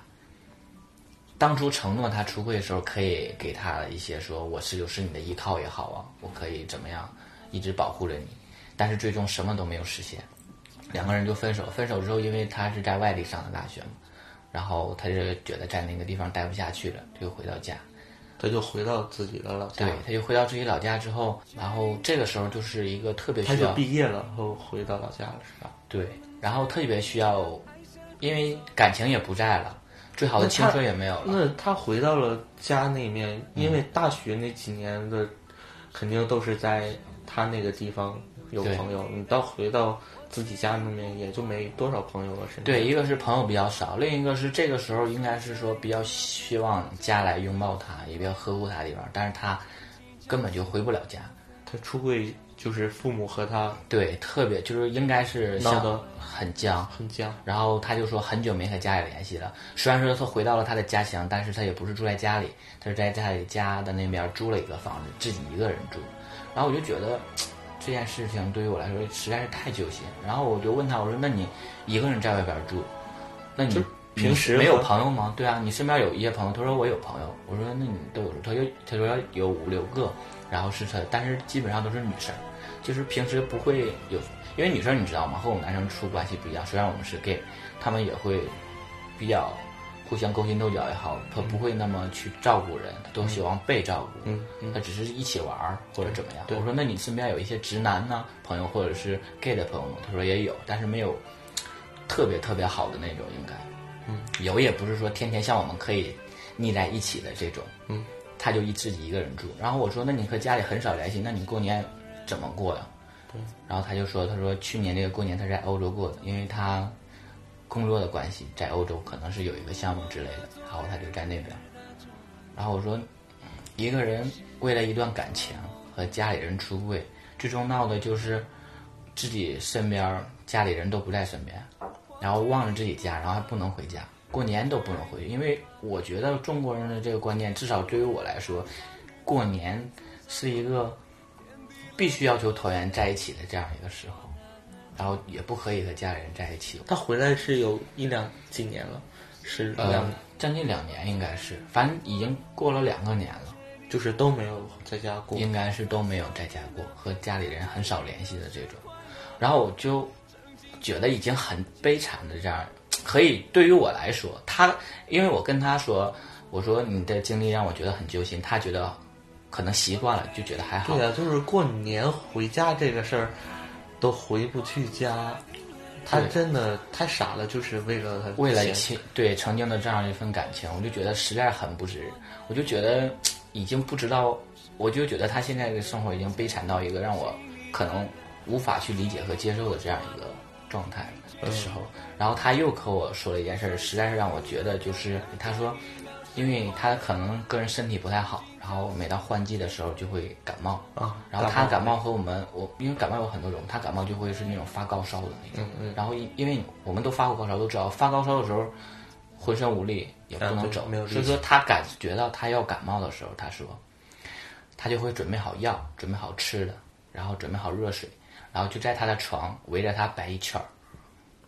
当初承诺她出柜的时候，可以给她一些说我是就是你的依靠也好啊，我可以怎么样一直保护着你，但是最终什么都没有实现，两个人就分手。分手之后，因为她是在外地上的大学嘛，然后她就觉得在那个地方待不下去了，就回到家。他就回到自己的老家对，，他就回到自己老家之后，然后这个时候就是一个特别他需就要毕业了，然后回到老家了，是吧？对，然后特别需要，因为感情也不在了，最好的那青他春也没有了。那他回到了家那面，因嗯为大学那几年的，肯定都是在他那个地方有对朋友。你到回到自己家那面，也就没多少朋友了，甚至对，一个是朋友比较少，另一个是这个时候应该是说比较希望家来拥抱他，也比较呵护他的地方，但是他根本就回不了家。他出柜就是父母和他对，特别就是应该是闹像得很僵，很僵，然后他就说很久没和家里联系了。虽然说他回到了他的家乡，但是他也不是住在家里，他是在家里家的那边租了一个房子，自己一个人住。然后我就觉得这件事情对于我来说实在是太揪心。然后我就问他，我说：“那你一个人在外边住，那你你平时没有和朋友吗？对啊，你身边有一些朋友。”他说：“我有朋友。”我说：“那你都有什么？”他就他说有五六个，然后是他，但是基本上都是女生。就是平时不会有，因为女生你知道吗？和我们男生处关系不一样，虽然我们是 gay，他们也会比较互相勾心斗角也好，他不会那么去照顾人，他都希望被照顾，嗯嗯他只是一起玩儿或者怎么样。对我说那你身边有一些直男呢朋友或者是 gay 的朋友吗？他说也有，但是没有特别特别好的那种，应该，嗯，有也不是说天天像我们可以腻在一起的这种，嗯，他就一自己一个人住。然后我说那你和家里很少联系，那你过年怎么过呀？然后他就说：“他说去年这个过年他在欧洲过的，因为他工作的关系在欧洲可能是有一个项目之类的，然后他就在那边。然后我说，嗯一个人为了一段感情和家里人出柜，最终闹的就是自己身边儿家里人都不在身边，然后望着自己家，然后还不能回家，过年都不能回去，因为我觉得中国人的这个观念，至少对于我来说，过年是一个必须要求团圆在一起的这样一个时候，然后也不可以和家里人在一起。他回来是有一两几年了，是两、呃，将近两年应该是，反正已经过了两个年了，就是都没有在家过。应该是都没有在家过，和家里人很少联系的这种。然后我就觉得已经很悲惨的这样，可以对于我来说，他因为我跟他说，我说你的经历让我觉得很揪心，他觉得可能习惯了，就觉得还好。对呀、啊就是过年回家这个事儿，都回不去家。他对真的太傻了，就是为了他为了钱亲对曾经的这样一份感情，我就觉得实在很不值，我就觉得已经不知道，我就觉得他现在的生活已经悲惨到一个让我可能无法去理解和接受的这样一个状态的时候，然后他又和我说了一件事儿，实在是让我觉得就是他说，因为他可能个人身体不太好，然后每到换季的时候就会感冒啊然后他感冒和我们我因为感冒有很多种，他感冒就会是那种发高烧的那种，嗯然后因因为我们都发过高烧，都知道发高烧的时候浑身无力也不啊能对走，没有力所以气说他感觉到他要感冒的时候，他说他就会准备好药，准备好吃的，然后准备好热水，然后就在他的床围着他摆一圈儿。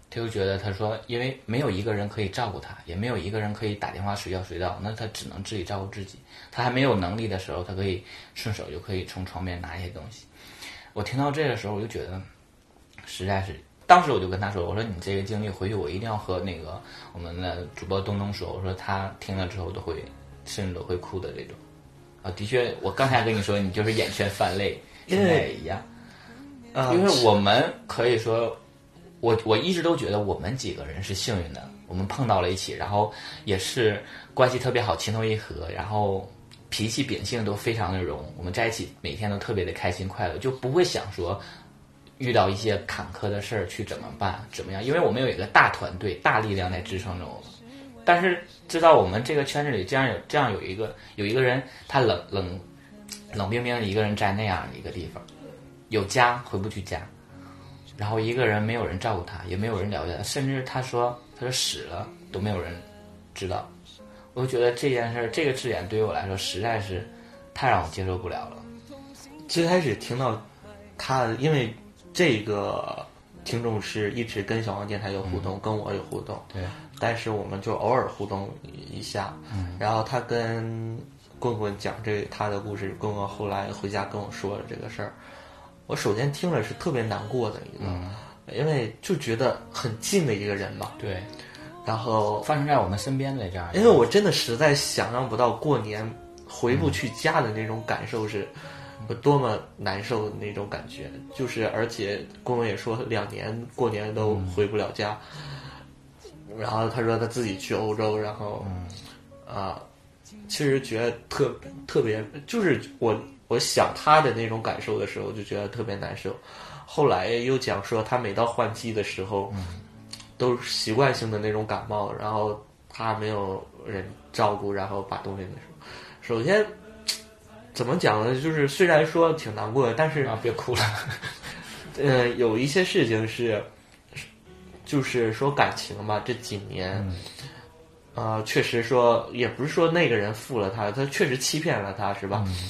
他就觉得他说，因为没有一个人可以照顾他，也没有一个人可以打电话随叫随到，那他只能自己照顾自己。他还没有能力的时候，他可以顺手就可以从床边拿一些东西。我听到这个时候，我就觉得实在是，当时我就跟他说，我说你这个经历回去我一定要和那个我们的主播东东说，我说他听了之后都会，甚至都会哭的这种。啊，的确，我刚才跟你说，你就是眼圈泛泪，现在也一样。啊因为我们可以说，我我一直都觉得我们几个人是幸运的，我们碰到了一起，然后也是关系特别好，情投意合，然后脾气秉性都非常的融，我们在一起每天都特别的开心快乐，就不会想说遇到一些坎坷的事儿去怎么办怎么样，因为我们有一个大团队、大力量在支撑着我们。但是知道我们这个圈子里，这样有这样有一个有一个人，他冷冷冷冰冰的一个人在那样的一个地方，有家回不去家，然后一个人没有人照顾他，也没有人了解他，甚至他说他说死了都没有人知道。我就觉得这件事儿，这个字眼对于我来说实在是太让我接受不了了。最开始听到他，因为这个听众是一直跟小王电台有互动，跟我有互动，对，但是我们就偶尔互动一下。然后他跟棍棍讲这个他的故事，棍棍后来回家跟我说了这个事儿。我首先听了是特别难过的一个，因为就觉得很近的一个人嘛。对，然后，发生在我们身边的这样一个，因为我真的实在想象不到过年回不去家的那种感受是有多么难受的那种感觉。就是，而且公公也说两年过年都回不了家，然后他说他自己去欧洲，然后啊、其实觉得特特别，就是我我想他的那种感受的时候，就觉得特别难受。后来又讲说，他每到换季的时候，都是习惯性的那种感冒，然后他没有人照顾，然后把东西那什么。首先，怎么讲呢？就是虽然说挺难过的，但是啊，别哭了， 呃，有一些事情是，就是说感情吧，这几年，嗯呃，确实说也不是说那个人负了他，他确实欺骗了他，是吧？嗯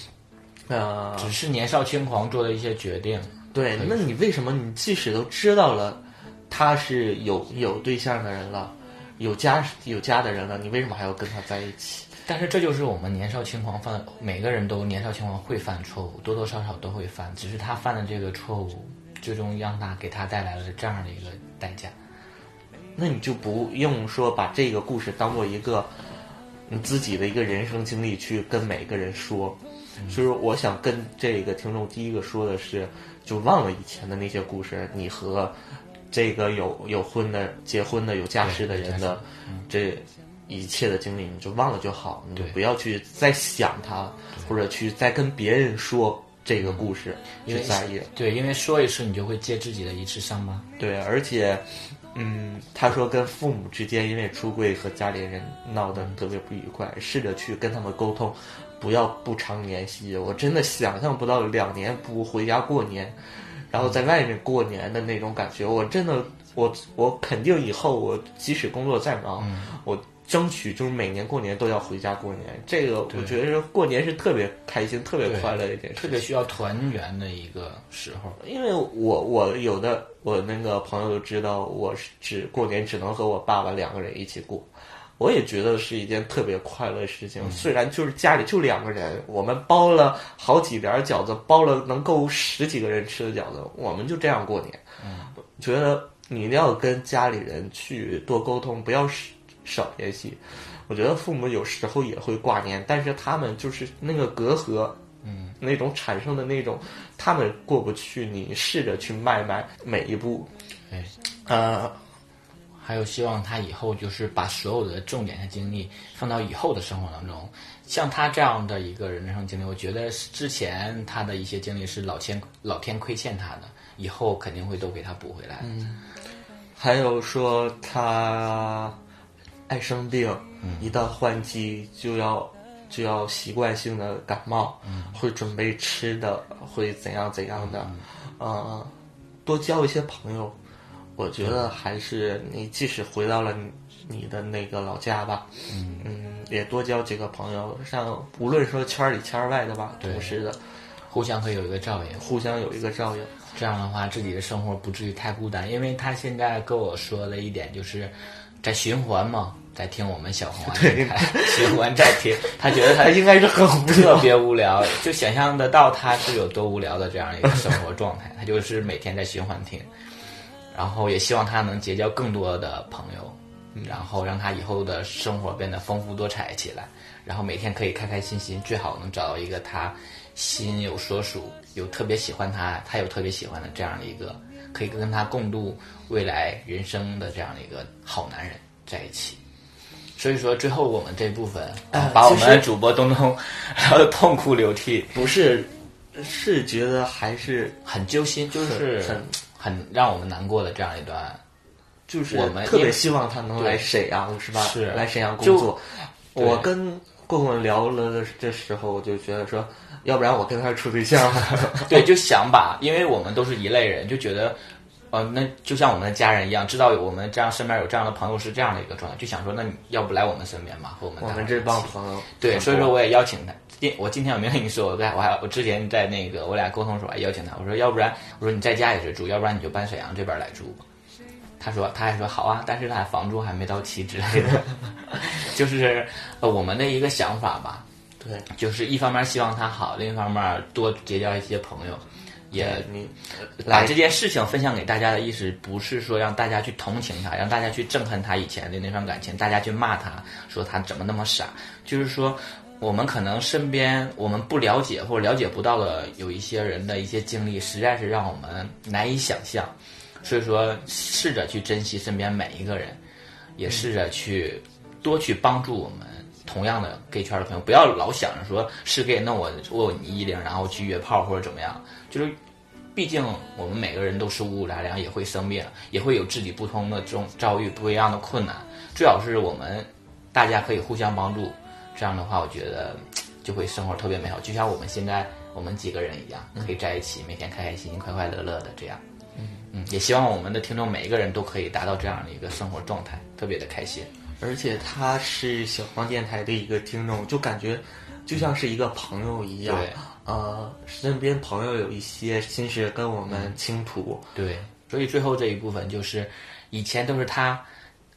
呃，只是年少轻狂做的一些决定。对，那你为什么你即使都知道了他是有有对象的人了，有家有家的人了，你为什么还要跟他在一起？但是这就是我们年少轻狂犯，每个人都年少轻狂会犯错误，多多少少都会犯，只是他犯的这个错误，最终让他给他带来了这样的一个代价。那你就不用说把这个故事当做一个你自己的一个人生经历去跟每个人说。嗯所以说我想跟这个听众第一个说的是，就忘了以前的那些故事，你和这个有有婚的、结婚的、有家室的人的这一切的经历，你就忘了就好，你就嗯对不要去再想它，或者去再跟别人说这个故事，嗯因去为在意。对，因为说一次你就会揭自己的一次伤疤。对，而且，嗯，他说跟父母之间因为出柜和家里人闹得特别不愉快，试着去跟他们沟通，不要不常联系。我真的想象不到两年不回家过年，然后在外面过年的那种感觉，我真的，我我肯定以后我即使工作再忙，嗯我。争取就是每年过年都要回家过年，这个我觉得过年是特别开心、特别对快乐的一件事情，特别需要团圆的一个时候。因为我我有的我那个朋友都知道，我是只过年只能和我爸爸两个人一起过，我也觉得是一件特别快乐的事情。嗯虽然就是家里就两个人，我们包了好几碟饺子，包了能够十几个人吃的饺子，我们就这样过年。觉得你一定要跟家里人去多沟通，不要少少联系。我觉得父母有时候也会挂念，但是他们就是那个隔阂，嗯，那种产生的那种，他们过不去，你试着去迈迈每一步，对，呃，还有希望他以后就是把所有的重点和精力放到以后的生活当中。像他这样的一个人生经历，我觉得是之前他的一些经历是老天老天亏欠他的，以后肯定会都给他补回来的。还有说他爱生病，一到换季就要就要习惯性的感冒，会准备吃的，会怎样怎样的，呃，多交一些朋友，我觉得还是你即使回到了你你的那个老家吧，嗯也多交几个朋友，像无论说圈儿里圈儿外的吧，同事的，互相会有一个照应。互相有一个照应。这样的话，自己的生活不至于太孤单。因为他现在跟我说了一点，就是在循环嘛，在听我们小红花电台循环在听。他觉得他他哎应该是很无特聊， 别无聊，就想象得到他是有多无聊的这样一个生活状态。 他就是每天在循环听，然后也希望他能结交更多的朋友，然后让他以后的生活变得丰富多彩起来，然后每天可以开开心心，最好能找到一个他心有所属，有特别喜欢他，他有特别喜欢的这样的一个可以跟他共度未来人生的这样的一个好男人在一起。所以说，最后我们这部分、啊把我们的主播东东聊得痛哭流涕，不是，是觉得还是 很揪心，就是很很让我们难过的这样一 段。就是我们特因别为希望他能对来沈阳，是吧？是来沈阳工就作。对我跟棍棍聊了这时候，我就觉得说，要不然我跟他处对象吧。 对，就想把，因为我们都是一类人，就觉得，呃，那就像我们的家人一样，知道有我们这样身边有这样的朋友是这样的一个状态，就想说，那你要不来我们身边吧，和我们我大家们这一起帮朋友，对，所以说我也邀请他。今我今天我没跟你说，我在我还我之前在那个我俩沟通的时候还邀请他，我说要不然我说你在家也是住，要不然你就搬沈阳这边来住吧。他说他还说好啊，但是他房租还没到期之类的， 就是呃我们的一个想法吧，对，就是一方面希望他好，另一方面多结交一些朋友，也你把来这件事情分享给大家的意思，不是说让大家去同情他，让大家去憎恨他以前的那段感情，大家去骂他，说他怎么那么傻。就是说，我们可能身边我们不了解或者了解不到的有一些人的一些经历，实在是让我们难以想象。所以说，试着去珍惜身边每一个人，也试着去多去帮助我们同样的 gay 圈的朋友，不要老想着说是 gay，那我我有你一零，然后去约炮或者怎么样，就是。毕竟我们每个人都是五谷杂粮，也会生病，也会有自己不同的这种遭遇、不一样的困难。最好是我们大家可以互相帮助，这样的话，我觉得嘖就会生活特别美好。就像我们现在我们几个人一样，可以在一起，每天开开心心、快快乐乐的这样。嗯，也希望我们的听众每一个人都可以达到这样的一个生活状态，特别的开心。而且他是小黄电台的一个听众，就感觉就像是一个朋友一样对。呃，身边朋友有一些心事跟我们倾吐，对，所以最后这一部分就是，以前都是他，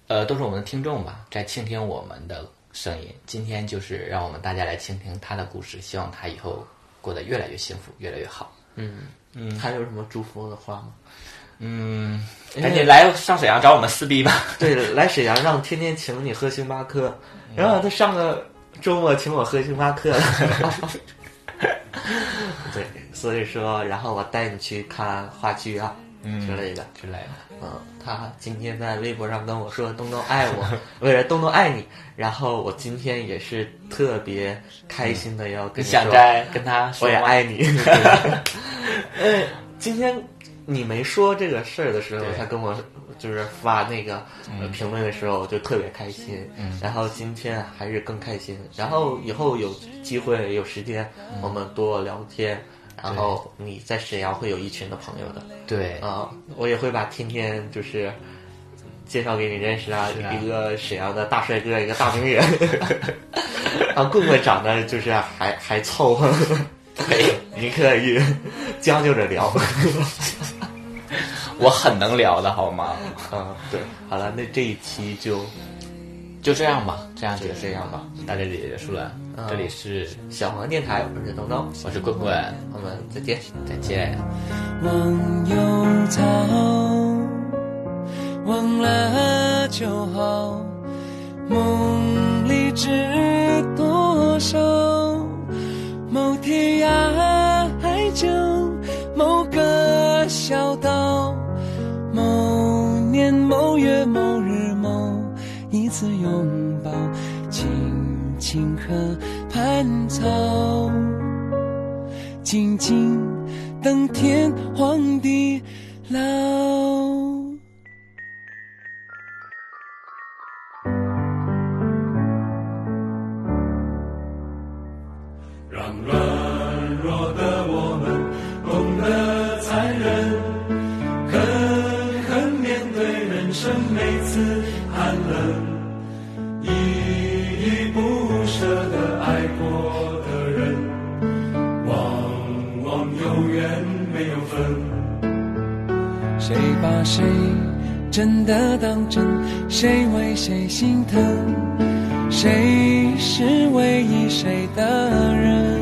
呃，都是我们的听众吧，在倾听我们的声音。今天就是让我们大家来倾听他的故事，希望他以后过得越来越幸福，越来越好。还有什么祝福的话吗？嗯，赶紧来上沈阳找我们撕逼吧。 对，来沈阳让天天请你喝星巴克，然后他上个周末请我喝星巴克了。对，所以说，然后我带你去看话剧啊、之类的。 之类的。嗯，他今天在微博上跟我说东东爱我， 不是东东爱你。然后我今天也是特别开心的要你跟你说，想再哎跟他说我也吗爱你。 对呃，今天你没说这个事儿的时候对，他跟我就是发那个呃评论的时候，我就特别开心。然后今天还是更开心。然后以后有机会有时间，我们多聊天。然后你在沈阳会有一群的朋友的对，啊、我也会把天天就是。介绍给你认识啊，是啊一个沈阳的大帅哥，一个大名人， 啊，棍棍长得就是还还凑合，对你可以将就着 聊。我很能聊的好吗？嗯，对，好了，那这一期就就这样吧，这样就嗯就这样吧，到这里结束了。这里是小黄电台，我是东东，我是棍棍，我们再见。再见。忘忧草，忘了就好。梦里知多少？某天涯海角，某个小岛，某年某月某日某一次拥抱，青青和蟠草。静静等天荒地老。让软弱的我们懂得残忍，狠狠面对人生每次寒冷，依依不舍的爱过的人，往往有缘没有分。谁把谁真的当真？谁为谁心疼？谁是唯一谁的人？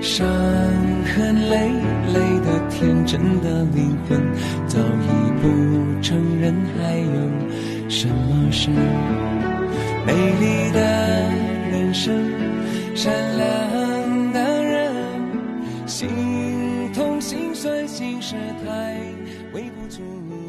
伤痕累累的天真的灵魂，早已不承认还有什么是美丽的人生，善良的人。心痛、心酸、心事太微不足道。